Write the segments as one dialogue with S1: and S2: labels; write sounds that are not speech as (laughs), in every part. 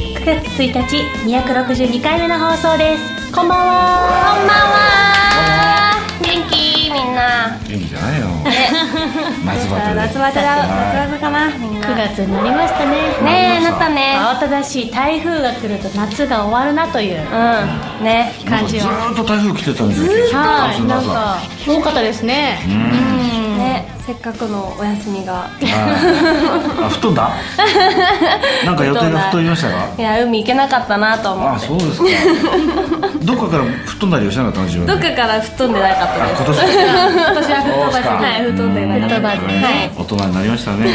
S1: 1日262回目の放送ですこんばんは
S2: こんばんは元気みんな
S3: 元気じゃないよ松葉
S2: 夏
S3: で
S2: バテだ
S3: はい
S2: 夏バテかなみんな
S1: 9月になりましたねね
S2: ねえなったね
S1: 慌ただしい台風が来ると夏が終わるなという
S2: うんね
S1: 感じ
S3: ず
S1: は
S3: ーっと台風来てたんですよ
S1: は
S3: 今日
S1: い、なんか多かったですね。
S2: ねせっかくのお休みが
S3: はいあ布団
S2: (laughs)
S3: だなんか予定が太りましたか
S2: いや海行けなかったなと思
S3: あ
S2: って
S3: そうですかどっかから布団なりをしなかったの自分で
S2: どっかから吹っ飛んでなかった
S3: あ
S2: です
S3: 今年ですか
S1: 今年は
S3: そうですか
S1: は
S2: はい布団でなかった
S1: 布団で
S2: はい
S3: 大人になりましたね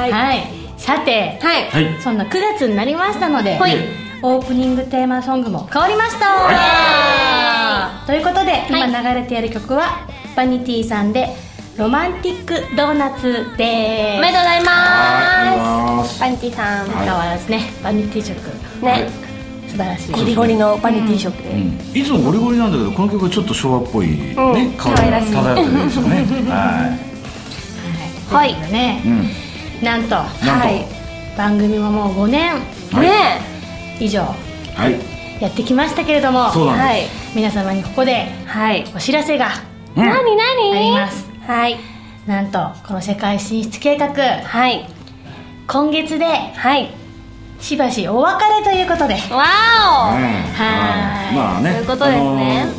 S2: はい
S1: い、
S2: はい
S1: はい、さて、
S3: はい
S1: そんな9月になりましたので、
S2: はい
S1: オープニングテーマソングも変わりました。ということで、今流れている曲はバニティさんでロマンティックドーナツ
S2: お
S1: で。
S2: めですとうございま
S3: は
S2: す
S3: い
S2: バニティさん
S3: は
S1: 今はですね、バニティ色
S2: ね
S1: 素晴らしい。
S2: ゴリゴリのバニティショップ
S3: う
S2: で
S3: んいつもゴリゴリなんだけどこの曲ちょっと昭和っぽいね
S2: うん
S3: 香
S2: 可愛
S3: り
S2: ら
S3: が
S2: しい
S3: 漂ってるんですよねは
S2: はい
S1: とうことで
S3: い、う
S1: ね、
S3: ん、
S1: なんと
S3: なんと
S2: はい
S1: 番組ももう5年
S3: はい
S2: ね
S1: 以上
S3: はい
S1: やってきましたけれども、
S3: そうなん
S2: はい
S3: で
S1: 皆様にここで
S2: はい
S1: お知らせが
S3: うん
S2: なになに
S1: あります
S2: はい
S1: なんとこの世界進出計画
S2: はい
S1: 今月で
S2: はい
S1: しばしお別れということで
S2: わ
S3: す
S2: ーお
S1: はい
S3: まあね
S2: そういうことですね
S3: あのー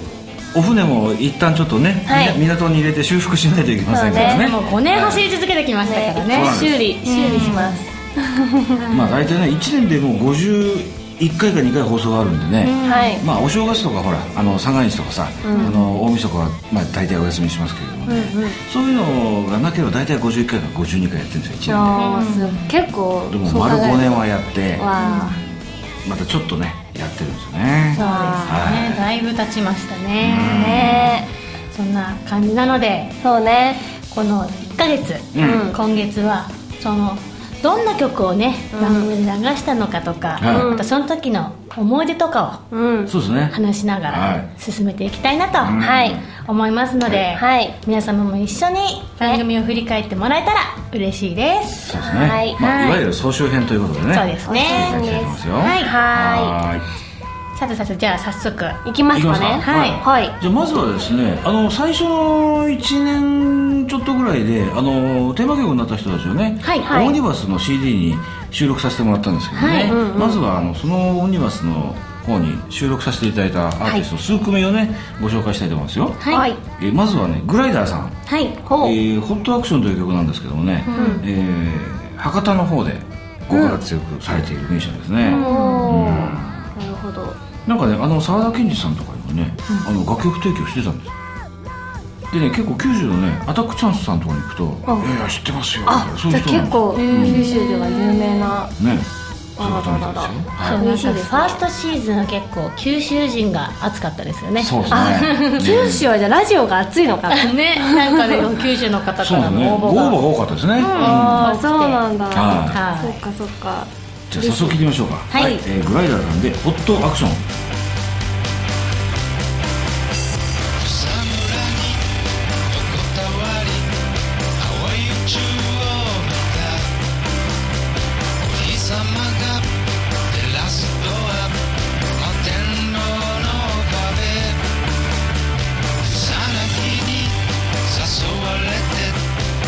S3: お船も一旦ちょっとね、
S2: はい
S3: みな港に入れて修復しないといけませんからね
S1: もう5年走り続けてきましたからね
S3: はい
S2: 修理修理します
S3: まあ大体ね1年でもう51回か2回放送があるんでね、
S2: はい
S3: まあお正月とかほらあの三が日とかさ、あの大晦日はまあ大体お休みしますけれどもね、そういうのがなければ大体51回か52回やってるんですよ1年
S2: あーす結構
S3: ででも
S2: そう考
S3: 丸
S2: えると
S3: 5年はやって
S2: わ
S3: またちょっとねやってるんです
S1: そうです
S3: よねは
S1: ねだいぶ経ちました
S2: あ
S1: ね
S2: ね
S1: そんな感じなので
S2: えそうね
S1: この1ヶ月、
S3: うん
S1: 今月はそのどんな曲をね、番組で流したのかとか、
S3: はい
S1: あとその時の思い出とかを
S2: うん
S3: そうですね
S1: 話しなが
S3: は
S1: ら
S3: い
S1: 進めていきたいなと、
S3: うん
S2: はい
S1: 思いますので、
S2: はい
S1: 皆様も一緒に番組を振り返ってもらえたら嬉しいです、
S3: そうですね、
S2: はい
S3: ま
S1: は
S3: あ、
S1: い
S3: いわゆる総集編ということでね
S1: そうですね
S3: いい感じになりますよ
S1: はい
S2: は
S3: はい
S1: さてさてじゃあ早速
S2: い行きますかね
S3: 行きますか
S2: はいは
S3: はいじゃあまずはですねあの最初の1年ちょっとぐらいであのテーマ曲になった人たちをね、
S1: はいはい
S3: オムニバスの CD に収録させてもらったんですけどね、
S1: はいうん
S3: まずはあのそのオムニバスの方に収録させていただいたアーティスト数組をねご紹介したいと思いますよ、
S1: はい
S3: えーまずはねグライダーさん
S1: はい
S3: 「
S2: ほう
S3: えーホットアクション」という曲なんですけどもね、えー博多の方でご活躍されているミュージシャンですね、
S2: おーなるほど
S3: なんかねあの沢田研二さんとかにもね、あの楽曲提供してたんですでね結構90のねアタックチャンスさんとかに行くと「
S2: うん
S3: いやいや知ってますよ」
S2: あ
S3: そう
S2: じ
S3: いう
S2: ゃあ
S3: 人なん
S2: 結構九州では有名な
S3: ねそういう
S2: あ
S3: 方
S2: ら
S3: み
S2: ら
S3: た
S2: ら
S3: いですよ
S2: ら
S1: そう
S3: は
S1: な
S2: 嬉
S1: ん
S2: しい
S1: か
S2: で
S1: フ
S2: す
S1: ァーストシーズンは結構九州人が熱かったですよね
S3: いそうです
S2: あ (laughs)
S3: ね
S2: 九州はじゃあラジオが熱いのかな
S1: ねなんかね九州の方か
S3: そうで
S1: ら
S3: すね
S1: の
S3: ご
S1: 応募
S3: 応
S1: が
S3: 募が多かったですね、
S2: あーそうなんだ
S3: はい
S2: そっかそっか
S3: じゃあ早速聞いてみましょうか
S1: い
S3: えーグライダーさんで「ホットアクション」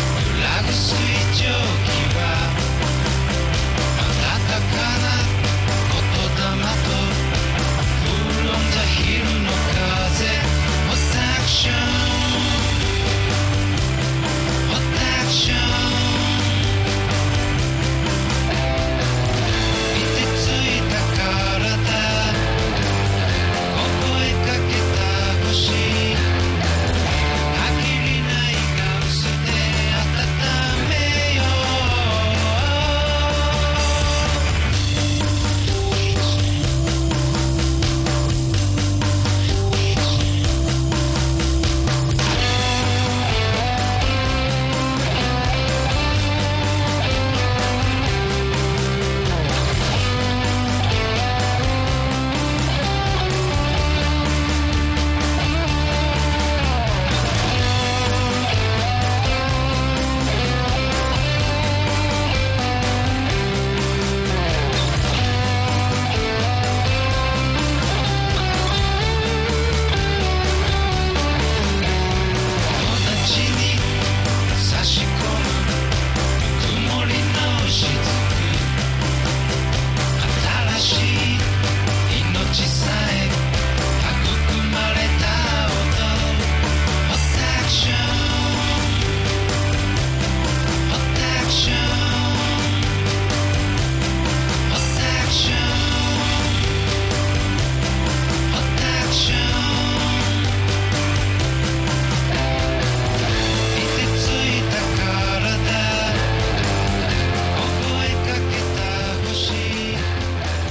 S4: 「あなたの言葉と」「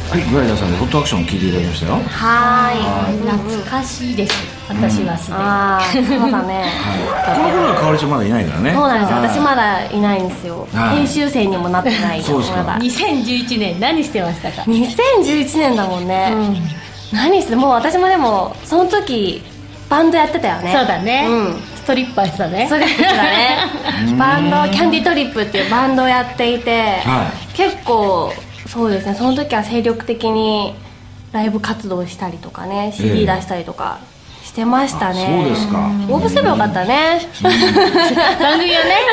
S3: はいグライダーさんでホットアクション聞いていただきましたよ
S2: は
S1: 懐かしいです私はす
S2: ーい
S1: でに
S2: ああそうだね
S3: この頃は香りちゃんまだいないからね
S2: そうなんですよ
S3: はい
S2: 私まだいないんですよ
S3: はい
S2: 編集生にもなってない
S3: そうですか
S2: まだ
S1: 2011年何してましたか
S2: 2011年だもんね、何してもう私もでもその時バンドやってたよね
S1: そうだね、
S2: うん
S1: ストリッパーしたね
S2: そうですねバンドキャンディトリップっていうバンドをやっていて、
S3: は
S2: 結構そうですねその時は精力的にライブ活動したりとかね CD 出したりとかしてましたね、
S3: あそうですか
S2: 応募すればよかったね、
S1: (laughs) 番組をね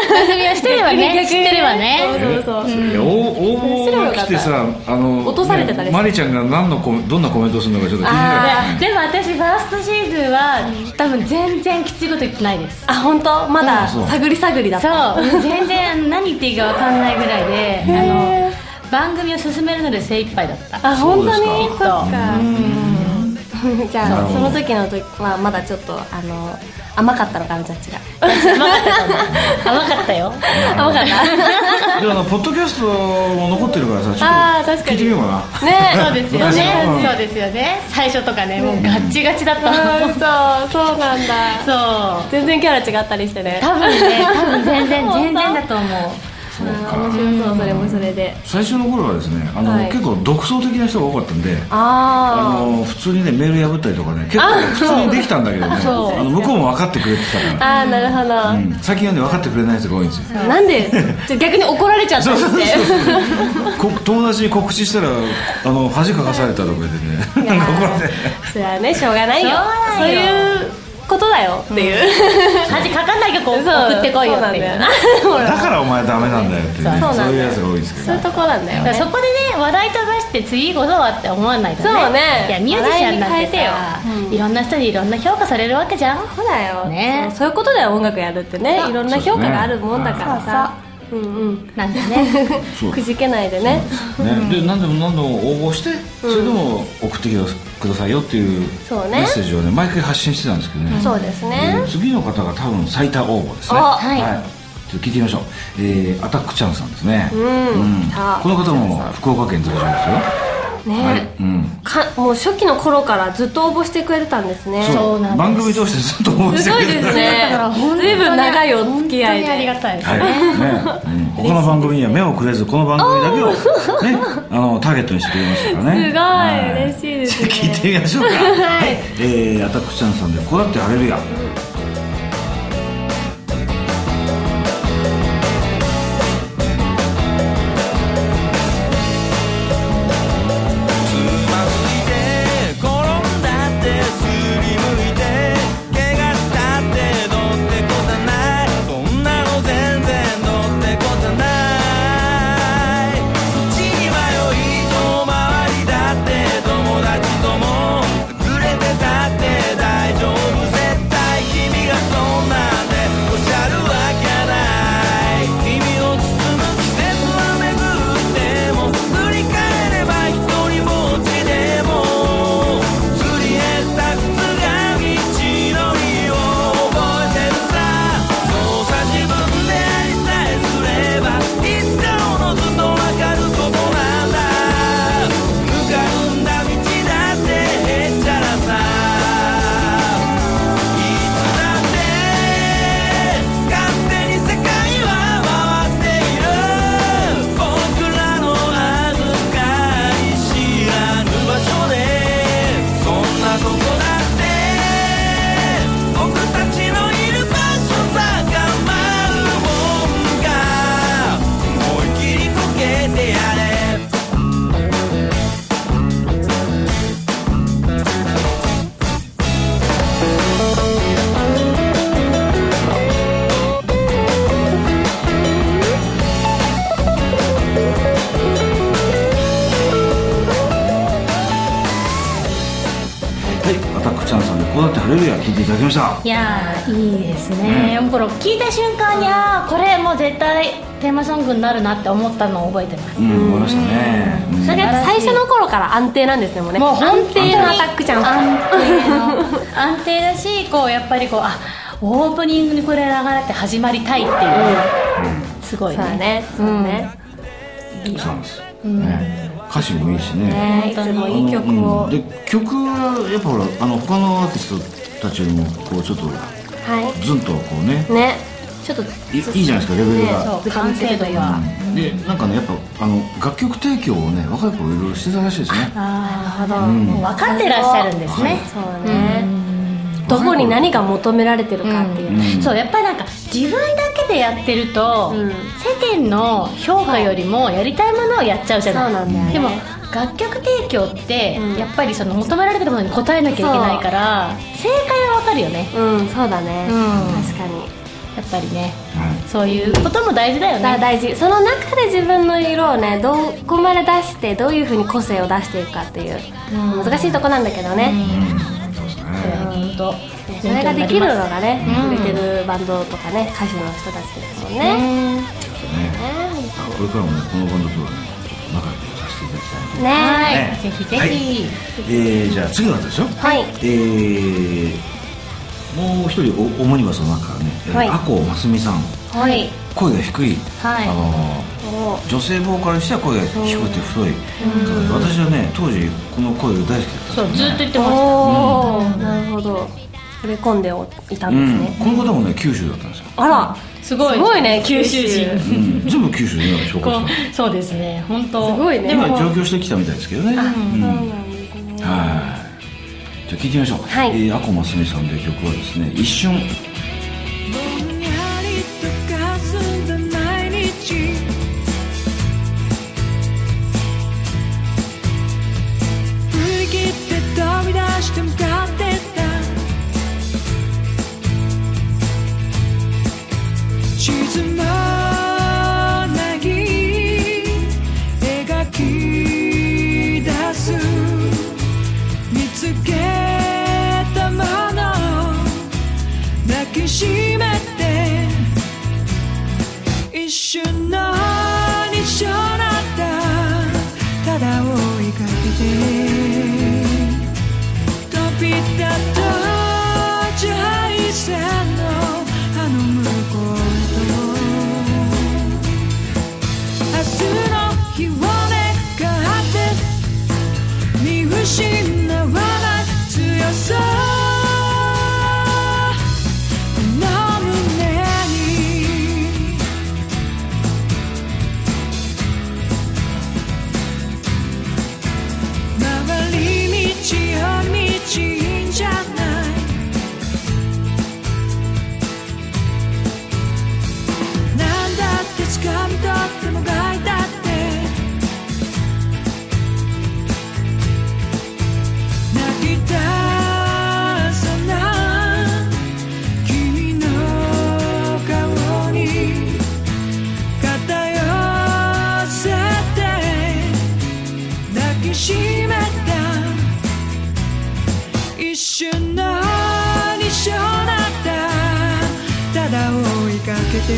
S1: 番組をしてればね知っ
S2: (laughs)
S1: てればね
S2: そうそうそう
S3: いや応応募が来てさあの
S2: 落とされてたりして
S3: マリちゃんが何のコメどんなコメントをするのかちょっと気になる
S1: いやでも私ファーストシーズンは多分全然きついこと言ってないです
S2: あ本当まだ
S3: そうそう
S2: 探り探りだった
S1: そう全然何言っていいか分かんないぐらいであの番組を進めるので精一杯だった
S2: あ本当に
S3: そ
S2: そうっ
S1: ですか
S2: か
S3: な
S2: じゃ
S3: る
S2: あ
S3: ほど
S2: その時の時はまだちょっとあの甘かったのかなジャッジが
S1: 甘かったかも甘かったよ
S2: 甘かった
S3: であのポッドキャストも残ってるから
S2: あ
S3: さ
S2: ー
S3: ちょっ
S2: 確
S3: と聞
S2: かに
S3: いてみようかな
S2: ね
S1: そうですよ
S3: う
S1: ね
S3: ん
S1: そうですよね最初とかねもうガッチガチだった
S2: あ
S1: の
S2: ーそうそうなんだ
S1: そう
S2: 全然キャラ違ったりしてね
S1: 多分 (laughs) ね多分全然
S2: 本当
S1: 全然だと思う
S3: そう
S2: あー
S3: か
S2: 面白そうそれもそれで
S3: 最初の頃はですねあの、
S2: はい
S3: 結構独創的な人が多かったんであ
S2: あ
S3: の普通にねメール破ったりとかね結構普通にできたんだけどね
S1: そう
S3: あの向こうも分かってくれてた
S2: ー
S3: か
S2: あーなるほ
S3: ら、う
S2: ど
S3: ん、最近はね分かってくれない人が多いんですよ
S2: なんでちょ逆に怒られちゃったりして
S3: こ友達に告知したらあの恥かかされたとか言ってねなんか怒られて
S2: それはねしょうがないよ
S1: しょうが
S2: そう
S1: ないよ
S2: いうことだよっていう
S1: 恥かかんない曲を送
S2: そう
S1: ってこいよ
S2: そうな
S1: っ
S2: ん
S1: てい
S2: だよ
S1: う
S3: だ
S2: な
S3: からお前ダメなんだよっていうね
S2: そうなんだ
S3: そう
S2: よ
S3: いうやつが多いんですけど
S2: そういうとこなんだよ
S1: だから
S2: ね
S1: そこでね話題飛ばして次こそはって思わないとね
S2: そうね
S1: いやミュージシャンなんてさ
S2: 話題に変えてようん
S1: いろんな人にいろんな評価されるわけじゃん
S2: そうだよ、
S1: ね
S2: そうそういうことだよ音楽やるって
S1: そ
S2: ね
S1: う
S2: いろんな評価があるもんだからさう,、んうん
S1: なんかね
S3: そう
S2: くじけないでね
S3: ね、で何でも何度も応募して、それでも送ってきてくださいよっていうメ
S2: そうね
S3: ッセージをね毎回発信してたんですけどね、
S2: そうですね
S3: で次の方が多分最多応募ですね
S2: お
S1: はい
S3: ちょっと聞いてみましょう、えーアタックちゃんさんですね、
S2: んさあ
S3: この方も福岡県在住ですよ
S2: ね
S3: はいうん
S2: かもう初期の頃からずっと応募してくれてたんですね
S1: そうなんです
S3: 番組通してずっと応募して
S2: す
S3: く
S2: ご
S3: れ
S2: い
S3: て
S2: です
S1: だ (laughs) から (laughs)
S2: ね
S1: 本当
S2: ずい
S1: に
S2: ぶん長いお付き合い
S1: 本当にあり
S2: で
S1: がたいです
S3: はい
S1: ね、
S3: ねうん他の番組には目をくれずこの番組だけを、ね、あのターゲットにしてくれましたからね
S2: すごい
S3: は
S2: 嬉しいですね
S3: じゃあ聞いてみましょうか、はいえー、アタックちゃんさんで「こうだって晴れるや」
S4: つまずいて転んだってすりむいて怪我したってどうってことないそんなの全然どうってことない道に迷い遠回りだって友達とも隠れてたって大丈夫絶対君がそんなんでおしゃるわけない君を包む季節は巡っても振り返れば一人ぼっちでもすり減った靴が道のりを覚えてるさそうさ自分でありさえすればいつかおのずとわかることなんだぬかるんだ道だってへっちゃらさいつだって勝手に世界は回っている僕らの預かり知らぬ場所でそんなとこだって僕たちのいる場所さ構うもんが思いっきりこけてやれ
S3: はい、アタックチャンさんで「こうだって晴れるや」聞いていただきました
S1: いやーいいですね、これ聞いた瞬間にあーこれもう絶対テーマソングになるなって思ったのを覚えてます
S3: うん思いましたね、うん
S2: それが最初の頃から安定なんですねもうね
S1: もう本
S2: 安
S1: 当に
S2: 定のアタックちゃんさん
S1: 安定の安定だしこうやっぱりこうあオープニングにこれ流れて始まりたいっていう、すご
S2: そう
S1: い
S2: だ
S1: ね
S2: ねそうね
S3: そうなんです、ね歌詞もいいしね
S2: ねいつもいい曲を、
S3: うんで曲はやっぱほらあの他のアーティストたちよりもこうちょっと
S2: は
S3: ずんとこうね
S2: いねちょっと
S3: いいいじゃないですかレベルが、
S1: そう完成度が
S3: うんでなんかねやっぱあの楽曲提供をね若い頃いろいろしてたらしいですね
S2: なるほど、
S1: もう分かってらっしゃるんですね
S2: そうね、どこに何が求められてるかっていう、
S3: うん
S1: そうやっぱりなんか自分だけでやってると、
S2: うん
S1: 世間の評価よりもやりたいものをやっちゃうじゃない
S2: そうなんだよね
S1: でも楽曲提供って、
S2: うん
S1: やっぱりその求められてるものに応えなきゃいけないから正解はわかるよね
S2: うんそうだね、
S1: うん
S2: 確かに
S1: やっぱりね
S3: はい
S1: そういうことも大事だよ
S2: だ
S1: ね
S2: 大事その中で自分の色をねどこまで出してどういうふうに個性を出していくかっていう、
S1: うん
S2: 難しいとこなんだけどね、
S3: うんそうですね
S1: それは本当
S2: それができるのがね
S1: うん
S2: 売れてるバンドとかね歌手の人たちですもんね、
S1: ね
S3: ねこれからもねこのバンドとはねちょっと仲良くさせていただきたい
S2: ね
S1: は、
S2: はいい、
S3: ね
S1: ぜひぜひ、
S3: えー、じゃあ次の方でしょえー、もう一人お主にはその中ね、えー
S2: はい
S3: 阿古真澄さん
S1: はい
S3: 声が低い、
S1: はい
S3: あの
S2: お
S3: ー女性ボーカルにしては声が低くて太い、私はね当時この声が大好きだった
S1: そうずっと言ってました
S2: おーなるほど触れ込んでおいたんですね、
S3: うん、この方もね九州だったんですよ、
S2: あら
S1: すごい
S2: すごいね
S1: 九州人
S2: 九
S3: うん、全部九州で今紹介
S1: こ
S3: した
S1: うそうですね本当
S2: すごいね
S1: で
S3: 今
S1: も
S3: 上京してきたみたいですけどね、うん、はいじゃあ聞いてみましょう、
S2: はい
S3: えー、阿古真澄さんで曲はですね「一瞬」
S5: ぼんやりと霞んだ毎日振り切って飛び出して向かってった沈まない描き出す見つけたもの抱きしめて一瞬の一緒だったただ追いかけて飛び立ったジャイセンのあの向こうと明日の日を願って見失わない強さこの胸に回り道を道いいんじゃない何だって掴み取ってもがいたって泣き出さない君の顔に偏せて抱きしめた一瞬の一緒だったただ追いかけて飛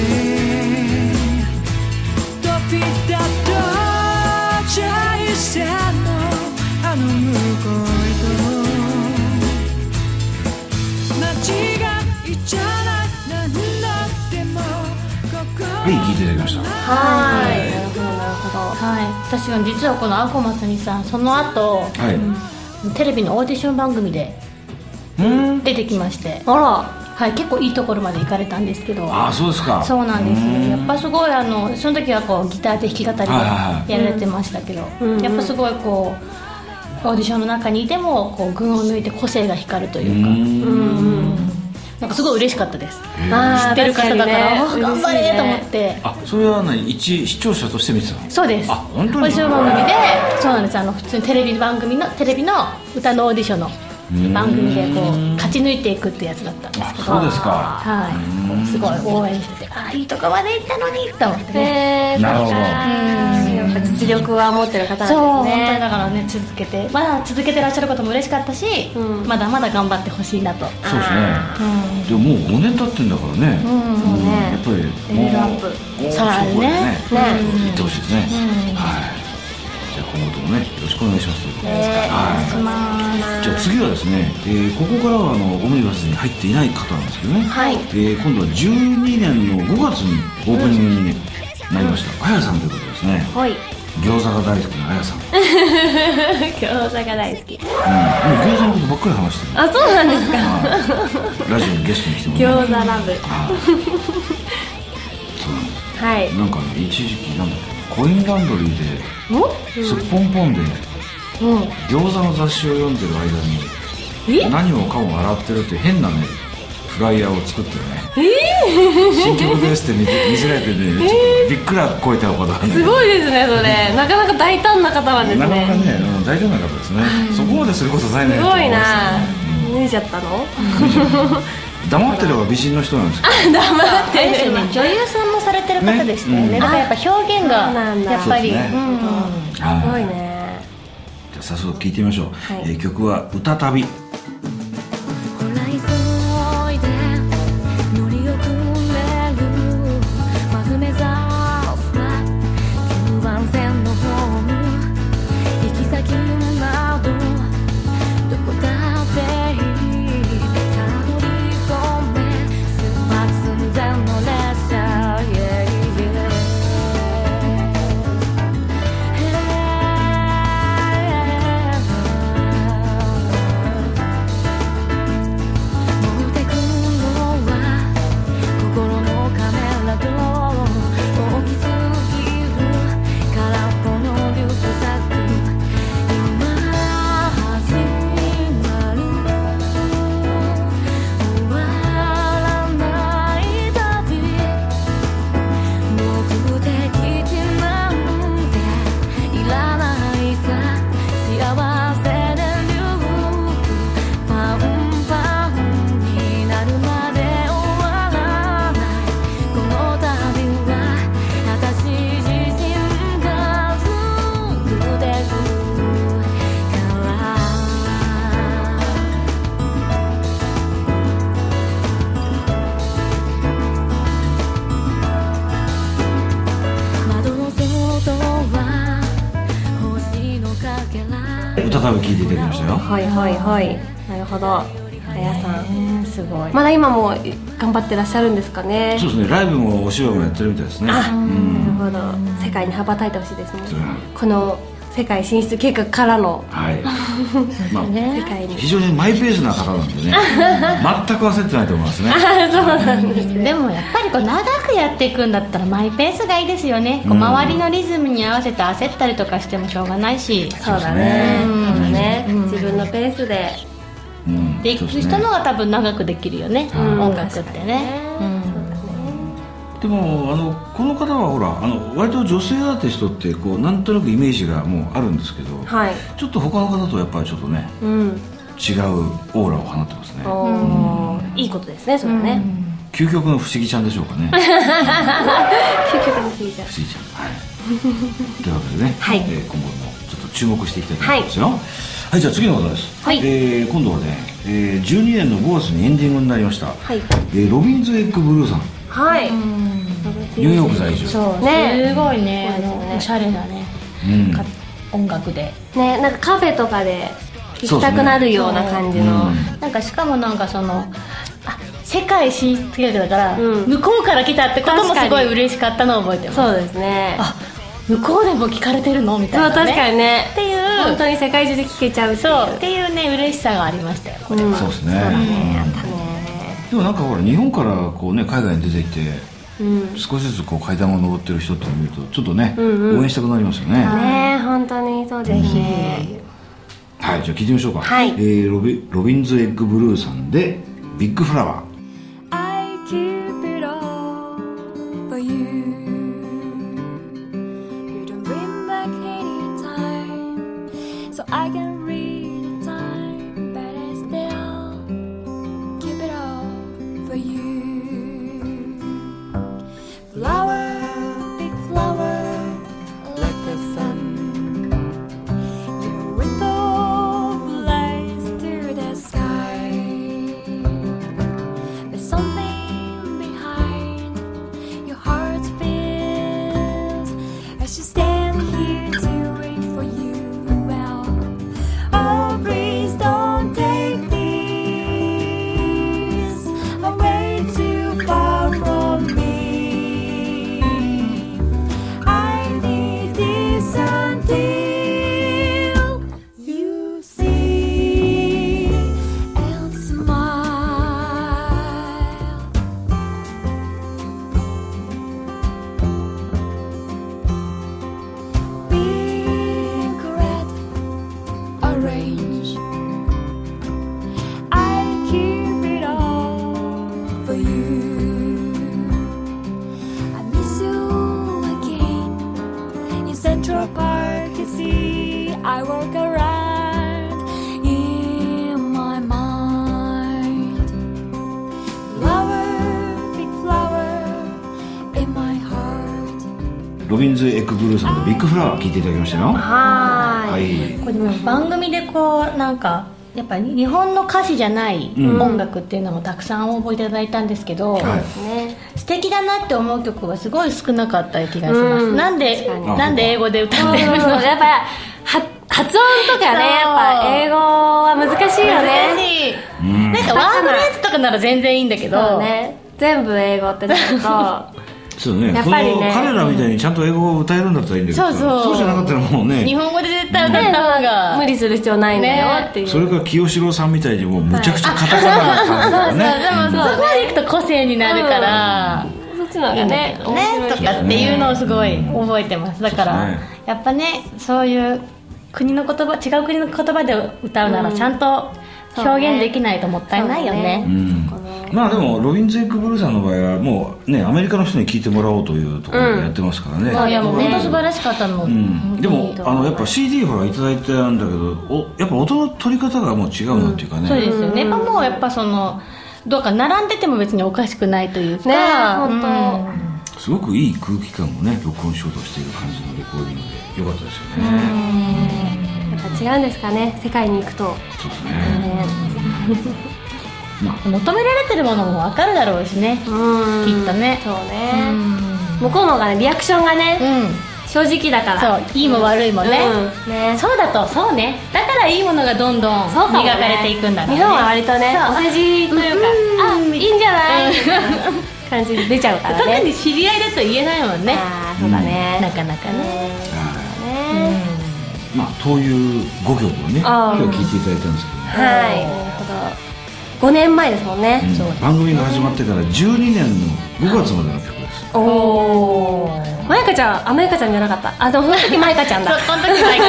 S5: び立った人生のあの向こうへと間違いじゃない何だってもここ
S3: はい聞いていただきました
S2: はいなるほどなるほど
S1: はい私は実はこのアコマスミさんその後
S3: はい、
S1: テレビのオーディション番組で
S3: うん、
S1: 出てきまして、
S2: あ
S1: はい、結構いいところまで行かれたんですけど
S3: ああそうですか
S1: そうなんです
S3: う
S1: よやっぱすごいあのその時はこうギターで弾き語りで
S3: はいはいは
S1: や
S3: い
S1: られてましたけど、
S2: うん
S1: やっぱすごいこうオーディションの中にいてもこう群を抜いて個性が光ると
S3: う
S1: いうか、
S3: ん
S2: らうんうん
S1: なんかすごい嬉しかったです
S3: へえ
S2: あ
S1: 知
S2: ー
S1: ってる方だから、
S2: 確
S1: お
S2: にね
S1: 頑張れと思って、
S3: あそれは何一視聴者として見てたの
S1: そうです
S3: あ本当に
S1: オーディション番組でそうなんですあの普通にテレビ番組のテレビの歌のオーディションの番組でこう勝ち抜いていくってやつだったんです
S3: あ
S1: けど
S3: そうですか
S1: はいすごい応援しててああいいとこまで行ったのにと思って
S2: へ
S1: ね
S2: えー、
S3: なるほど
S2: やっぱ実力は持ってる方
S1: そう本
S2: なん
S1: 当
S2: です
S1: に
S2: ね
S1: だからね続けてまだ続けてらっしゃることも嬉しかったし、
S2: うん
S1: まだまだ頑張ってほしいなと
S3: そうですねでももう5年経ってんだからね、
S1: うん
S2: そうね
S3: やっぱりもう
S2: レベルアップ
S3: もう
S1: さらにね
S3: そこで
S2: ね
S3: 行ってほしいですね、
S1: うん
S3: はいじゃあ今後ともねよろしくお願いしますということです
S2: ね
S3: はい
S1: ま
S3: じゃあ次はですね、えーここからはあのオムニバスに入っていない方なんですけどね、
S2: はい
S3: えー今度は12年の5月にオープニングになりました、あやさんということですね、
S2: はい
S3: え餃子が大好きなあやさん、うん、もう
S2: (laughs) 餃子が大好き
S3: 餃子のことばっかり話してる
S2: あそうなんですか
S3: はいラジオにゲストに来てもら
S2: (laughs) 餃
S3: う
S2: 子ラ
S3: (laughs)
S2: ブ
S3: あーそうなんです
S2: はい
S3: なんかね一時期なんだっけコインランドリーでスッポンポンで
S2: うんうん
S3: 餃子の雑誌を読んでる間に何もかも洗ってるっていう変なねフライヤーを作ってね、新曲ですって見て見せられてね、ちょっとびっくら超えたことがあるんだけ
S2: す
S3: ど
S2: ごいですねそれなかなか大胆な方なんです
S3: なかなか
S2: ね
S3: ね、うん大丈夫な方ですね、そこまですることないね
S2: すごいな脱いじゃったの
S3: 黙ってれば美人の人なんですけど
S2: (laughs) 黙っ
S1: あれです
S2: て
S1: よね女優さんもされてる方でしたよね
S3: ね
S1: だからやっぱ表現が
S2: そうなんだ
S1: やっぱり
S3: そうですね
S1: うん
S3: はい
S2: すごいね
S3: じゃあ早速聞いてみましょう、
S2: い
S3: えー曲は「歌旅」
S6: ほら急いで乗り遅れるまず目指すは9番線のホーム行き先などどこだっていいさあ乗り込め出発寸前の列車 Yeah, yeah. Hey, 持ってくのは心のカメラと大きすぎる空っぽのリュックサック今始まる終わらない旅目的地なんていらないさ幸せでループパンパンになるまで終わらないこの旅は私自身が作ってくから窓の外は星のかけら
S3: 歌旅聞いていただきましたよ、
S2: はいはいはいなるほどあやさん
S1: すごい
S2: まだ今も頑張ってらっしゃるんですかね
S3: そうですねライブもお芝居もやってるみたいですね
S2: あ
S3: うん
S2: なるほど世界に羽ばたいてほしいですね
S3: そう
S2: この世界進出計画からの (laughs)
S3: はい、まあ、
S2: 世
S1: ね
S2: 界 (laughs) に
S3: 非常にマイペースな方なんでね全く焦ってないと思いますね
S1: でもやっぱりこう長くやっていくんだったらマイペースがいいですよねこう
S3: うん
S1: 周りのリズムに合わせて焦ったりとかしてもしょうがないし
S2: そうだねそうだね自分のペースで
S3: うん
S1: でき
S3: そう
S1: る
S3: です
S1: 人
S3: ね
S1: の方が多分長くできるよね
S3: うん
S1: 音楽ってねうん
S3: でもあのこの方はほらあの割と女性アーティストってこうなんとなくイメージがもうあるんですけど、
S2: はい
S3: ちょっと他の方とやっぱりちょっとね
S2: うん
S3: 違うオーラを放ってますね
S2: おーいいことですねそれね
S3: 究極の不思議ちゃんでしょうかね
S2: 究極に過ぎちゃう
S3: 不思議ちゃんはいというわ (laughs) けでね、
S2: はい
S3: えー今後もちょっと注目していきたいと思いますよはい、じゃあ次の方です、
S2: はい
S3: えー今度はね、えー12年の5月にエンディングになりました、
S2: はい
S3: えーロビンズ・エッグ・ブルーさん
S2: はい
S3: ニューヨーク在住
S1: そう
S2: ね
S1: すごいねあ
S2: そうですね
S1: のおしゃれなね
S3: うん
S1: か音楽で
S2: ねなんかカフェとかで行きたくなるような感じの
S1: なんかしかもなんかそのあ世界進出計画だから、
S2: うん
S1: 向こうから来たってことも
S2: 確かに
S1: すごい嬉しかったのを覚えてます
S2: そうですね
S1: あ向こうでも聞かれてるのみたい
S2: そ
S1: な、
S2: う
S1: ね、
S2: 確かにね
S1: っていう
S2: 本当に世界中で聞けちゃうってい
S1: そうっていうね嬉しさがありましたよ
S2: うん
S3: そうですねうんでもなんかほら日本からこうね海外に出ていって
S2: うん
S3: 少しずつこう階段を上ってる人っていうのを見るとちょっとね、
S2: んうん
S3: 応援したくなりますよね
S2: ねえ本当にそうですね
S3: はいじゃあ聞いてみましょうか、
S2: はい
S3: えーロビロビンズ・エッグ・ブルーさんで「ビッグフラワー」
S6: I keep it all for you. You don't bring back any time, so I can read the time, but I still keep it all for you. Flower, big flower, like the sun. Your window lies to the sky. There's something behind your heart feels as you stand here to wait for you. Well, all
S3: ビンズ・エッグブルーさんでビッグフラワー聴いていただきましたよは
S2: はい
S3: い
S1: これでも番組でこうなんかやっぱ日本の歌詞じゃない
S3: ん
S1: 音楽っていうのもたくさん応募いただいたんですけど、
S3: はい
S2: ね
S1: 素敵だなって思う曲はすごい少なかった気がします、
S2: うん
S1: なんで
S2: 確か
S3: に
S1: なんで英語で歌
S2: そ
S1: っ
S2: う
S1: てる
S2: やっ
S1: の
S2: ぱは発音とかねやっぱ英語は難しいよ
S1: 難
S2: ね
S1: しい、なんかワーフレーズとかなら全然いいんだけ
S2: そう
S1: ど、
S2: ね全部英語ってなると
S3: そうね
S2: やっぱりね
S3: この彼らみたいにちゃんと英語を歌えるんだったらいいんだけどさ
S1: そうそう
S3: じゃなかったらもうね
S1: 日本語で絶対歌
S2: ね
S1: った方が、
S2: 無理する必要ないんだよっていう、
S3: それから清志郎さんみたいにもうむちゃくちゃカタカナな感じだからね、
S1: でもそこまでいくと個性になるから、
S2: そっちの方がね面白
S1: ね
S2: い
S1: とかっていうのをすごい覚えてますだから、
S3: そうですね
S1: やっぱねそういう国の言葉違う国の言葉で歌うならちゃんと表現できないともったいないよね
S2: そう
S3: うんまあでもロビンズ・エッグ・ブルーさんの場合はもうねアメリカの人に聞いてもらおうというところでやってますからね、
S1: そういやもう本当
S3: ね
S1: 素晴らしかったの、
S3: うん、でもあのやっぱ CD ほらいただいてあるんだけどおやっぱ音の取り方がもう違うなっていうかね、
S1: そうですよね、やっぱもうやっぱそのどうか並んでても別におかしくないというか
S2: ね本当、
S3: すごくいい空気感をね録音しようとしている感じのレコーディングでよかったですよね、
S2: やっぱ違うんですかね世界に行くと
S3: そうですね
S2: ね
S1: うん求められてるものも分かるだろうしね
S2: うん
S1: きっとね
S2: そう
S1: う
S2: ね、
S1: ん
S2: 向こうの方がねリアクションがね、
S1: うん
S2: 正直だから
S1: そういいも悪いもね、
S2: うんね
S1: そうだとそうねだからいいものがどんどん
S2: そ
S1: 磨
S2: うかもね
S1: かれていくんだろうね
S2: 日本は割とね
S1: そう
S2: お世辞というかあいいんじゃないみたいな感じで出ちゃうからね
S1: (laughs) 特に知り合いだと言えないもんね
S2: あーそうだね
S1: なかなかね
S2: ね
S3: は
S2: ね
S3: いまあという5曲をね
S2: あー
S3: 今日聴いていただいたんですけどね
S2: はいなるほど5年前ですもんね、
S3: うん番組が始まってから12年の5月までの曲です
S2: おおまゆかちゃんあまゆかちゃんじゃなかったあでもその
S1: (laughs)
S2: 時まゆかちゃん
S1: そ
S2: だ
S1: う
S2: (laughs)
S1: この時ない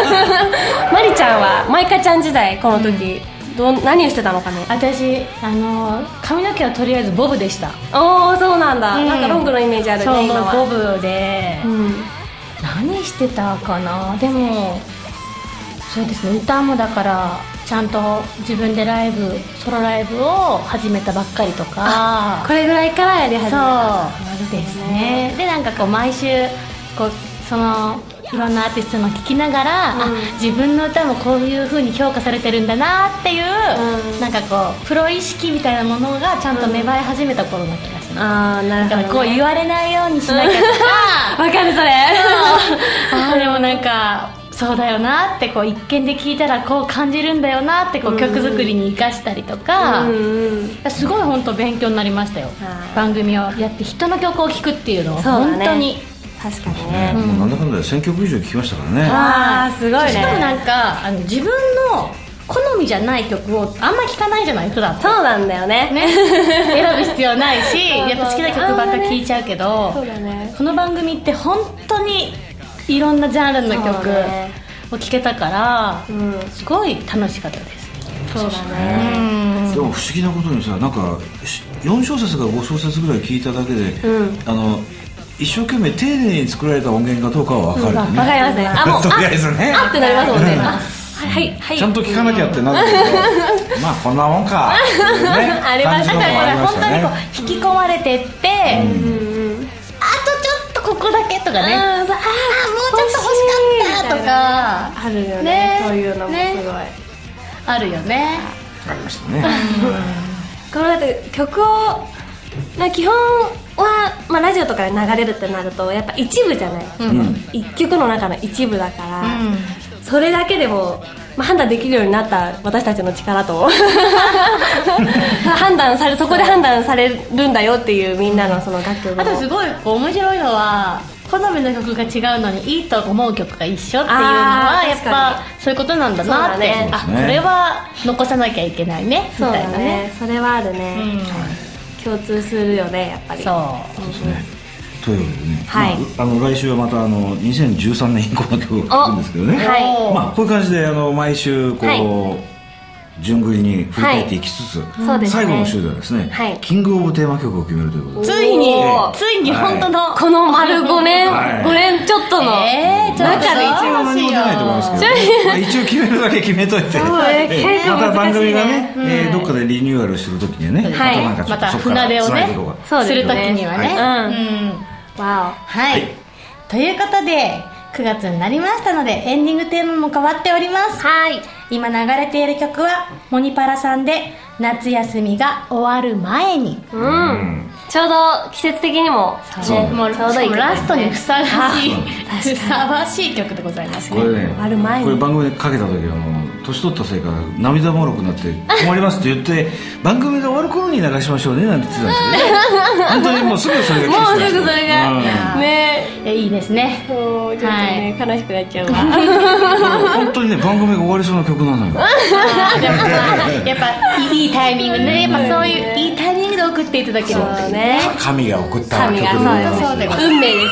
S2: まりちゃんはまゆかちゃん時代この時、どん何をしてたのかね
S1: 私あのー髪の毛はとりあえずボブでした
S2: おおそうなんだ、
S1: うん
S2: なんかロングのイメージある
S1: そう
S2: ね今
S1: もうボ
S2: は
S1: ブで、
S2: うん
S1: 何してたかなでもそうですね歌もだからちゃんと自分でライブソロライブを始めたばっかりとか
S2: これぐらいからやり始め
S1: そ
S2: た
S1: うですねでなんかこう毎週こうそのいろんなアーティストの聴きながら、あ自分の歌もこういう風に評価されてるんだなっていう、
S2: うん
S1: なんかこうプロ意識みたいなものがちゃんと芽生え始めた頃の気がします、
S2: ああなる
S1: だからこ
S2: ほど、
S1: う
S2: ね、
S1: 言われないようにしなきゃとか
S2: わかるそれ (laughs)
S1: あーでもなんかそうだよなってこう一見で聞いたらこう感じるんだよなってこう曲作りに生かしたりとか、
S2: うんうん
S1: すごい本当勉強になりましたよ
S2: はい
S1: 番組をやって人の曲を聴くっていうのは
S2: そうだ
S1: 本
S2: ね
S1: 当に
S2: 確かにね、
S3: もうなんだかんだで1000曲以上聴きましたからね、
S2: ああすごいね
S1: しかもなんかあの自分の好みじゃない曲をあんま聴かないじゃない普段って
S2: そうなんだよね
S1: ね選ぶ必要ないし
S2: (laughs) そうそう
S1: やっぱ好きな曲ばっか聴いちゃうけど
S2: そうだね
S1: この番組って本当にいろんなジャンルの
S2: そう
S1: 曲
S2: だね
S1: を聴けたから、
S2: ん
S1: すごい楽しかったです
S2: そうだね
S3: でも不思議なことにさなんかし4小節か5小節ぐらい聞いただけで、あの一生懸命丁寧に作られた音源かどうかは分かるよ
S2: わか
S3: ね、
S2: りますねあも
S3: (laughs)
S2: う
S3: とりあえずね
S2: あってなりますもんねあはいはい
S3: ちゃんと聞かなきゃってなるけど、
S2: (laughs)
S3: まあこんなもんかっていうね
S1: あれは
S3: 感
S1: だ
S3: じ
S1: か
S3: のもあり
S1: ら
S3: まし
S1: 本当
S3: た
S1: に
S3: ね
S1: こう引き込まれてって、あとちょっとここだけとかね、ああもうちょっと欲しかったとか
S2: あるよね
S1: ね
S2: そういうのもすごい、
S1: ねあるよね
S3: ありましたね
S2: このだって曲をまあ基本は、まあ、ラジオとかで流れるってなるとやっぱ一部じゃない、一曲の中の一部だから、それだけでも、まあ、判断できるようになった私たちの力と (laughs) 判断されそこで判断されるんだよっていうみんなのその楽曲の
S1: あとすごいこう面白いのは好みの曲が違うのにいいと思う曲が一緒っていうのは
S2: あー
S1: やっぱそういうことなんだなっ
S2: そう
S1: て、
S2: だね
S1: あ
S3: そう
S1: こ
S3: ですね
S1: れは残さなきゃいけないねみ
S2: そう
S1: たい
S2: だ
S1: なね
S2: ねそれはあるね、共通するよねやっぱり
S1: そう
S3: そうですねというわけでね、
S2: はい
S3: まあ、あの来週はまたあの2013年以降の曲を聴くんですけどね、
S2: はい
S1: おー
S3: まあ、こういう感じであの毎週こう、
S2: は
S3: 順繰りに振り返っていきつつ、
S2: そうですね
S3: 最後の週ではですね、
S2: はい
S3: キングオブテーマ曲を決めるということで
S1: ついに
S2: おー
S1: ついに本当の、
S2: この丸5年、
S3: はい
S2: 5年ちょっとの、
S1: えー、ちょっと
S2: 中で
S3: 一応何も出ないと思いますけど、まあ、一応決めるだけ決めといて、
S2: ね
S3: ええ
S2: 結構
S3: また番組が
S2: 難
S3: ね、ええどっかでリニューアルするときにね、
S2: はい
S3: またなんかちょ
S1: ま
S3: っと
S1: た
S3: そこか
S1: 船
S3: ら
S1: 出を
S3: 繋い
S1: ね
S3: でいこうか
S2: そうですすね
S1: るときにはね、
S2: はい
S1: うん
S2: わお
S1: はい、ということで9月になりましたのでエンディングテーマも変わっておりますはい今流れている曲はモニパラさんで「夏休みが終わる前に
S2: うん。ちょうど季節的にも、」
S3: そう
S1: もう
S2: ちょうどいい曲ですね
S1: ラストにふさわしい
S2: あ
S1: ふさわしい曲でございます
S3: こ
S1: ね
S3: れね
S2: ある前に
S3: これ番組でかけた時はもう年取ったせいか涙もろくなって困りますって言って番組が終わる頃に流しましょうねなんて言ってたんですけど本当にもうすぐそれが来てしま
S2: も
S3: いうまし
S2: す
S3: た
S2: ぐそれ
S3: うん
S2: が、ね
S1: えいいです
S2: (laughs)
S1: ね
S2: もうちょっとね、悲しくなっちゃうわ。
S3: 本当にね番組が終わりそうな曲なの
S2: (laughs)
S3: よ
S1: でもまあやっぱいいタイミングでねやっぱそういういいタイミングで送っていただけるっていう
S2: ね。
S3: 神が送った曲
S2: 神が
S3: でございます
S1: そうでございます
S2: 運命です。
S1: はい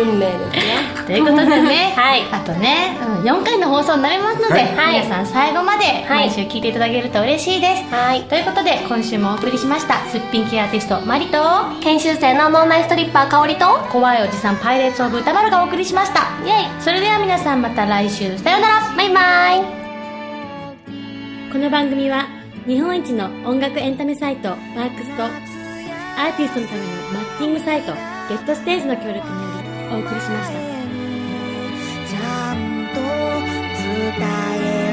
S2: 運命ですね。
S1: ということでね、
S2: (laughs) はい
S1: あとね、うん、4回の放送になりますので、
S3: はい
S1: 皆さん最後まで
S2: い
S1: 毎週聞いていただけると嬉しいです、
S2: はい
S1: ということで今週もお送りしましたすっぴん系アーティストマリと
S2: 研修生の脳内ストリッパー香りと、
S1: 怖いおじさんパイレーツ・オブ・歌丸がお送りしました
S2: イェ
S1: それでは皆さんまた来週さようなら
S2: イバイバイ
S1: この番組は日本一の音楽エンタメサイトワークスとアーティストのためのマッチングサイトゲットステージの協力によりお送りしました
S6: ちゃんと伝え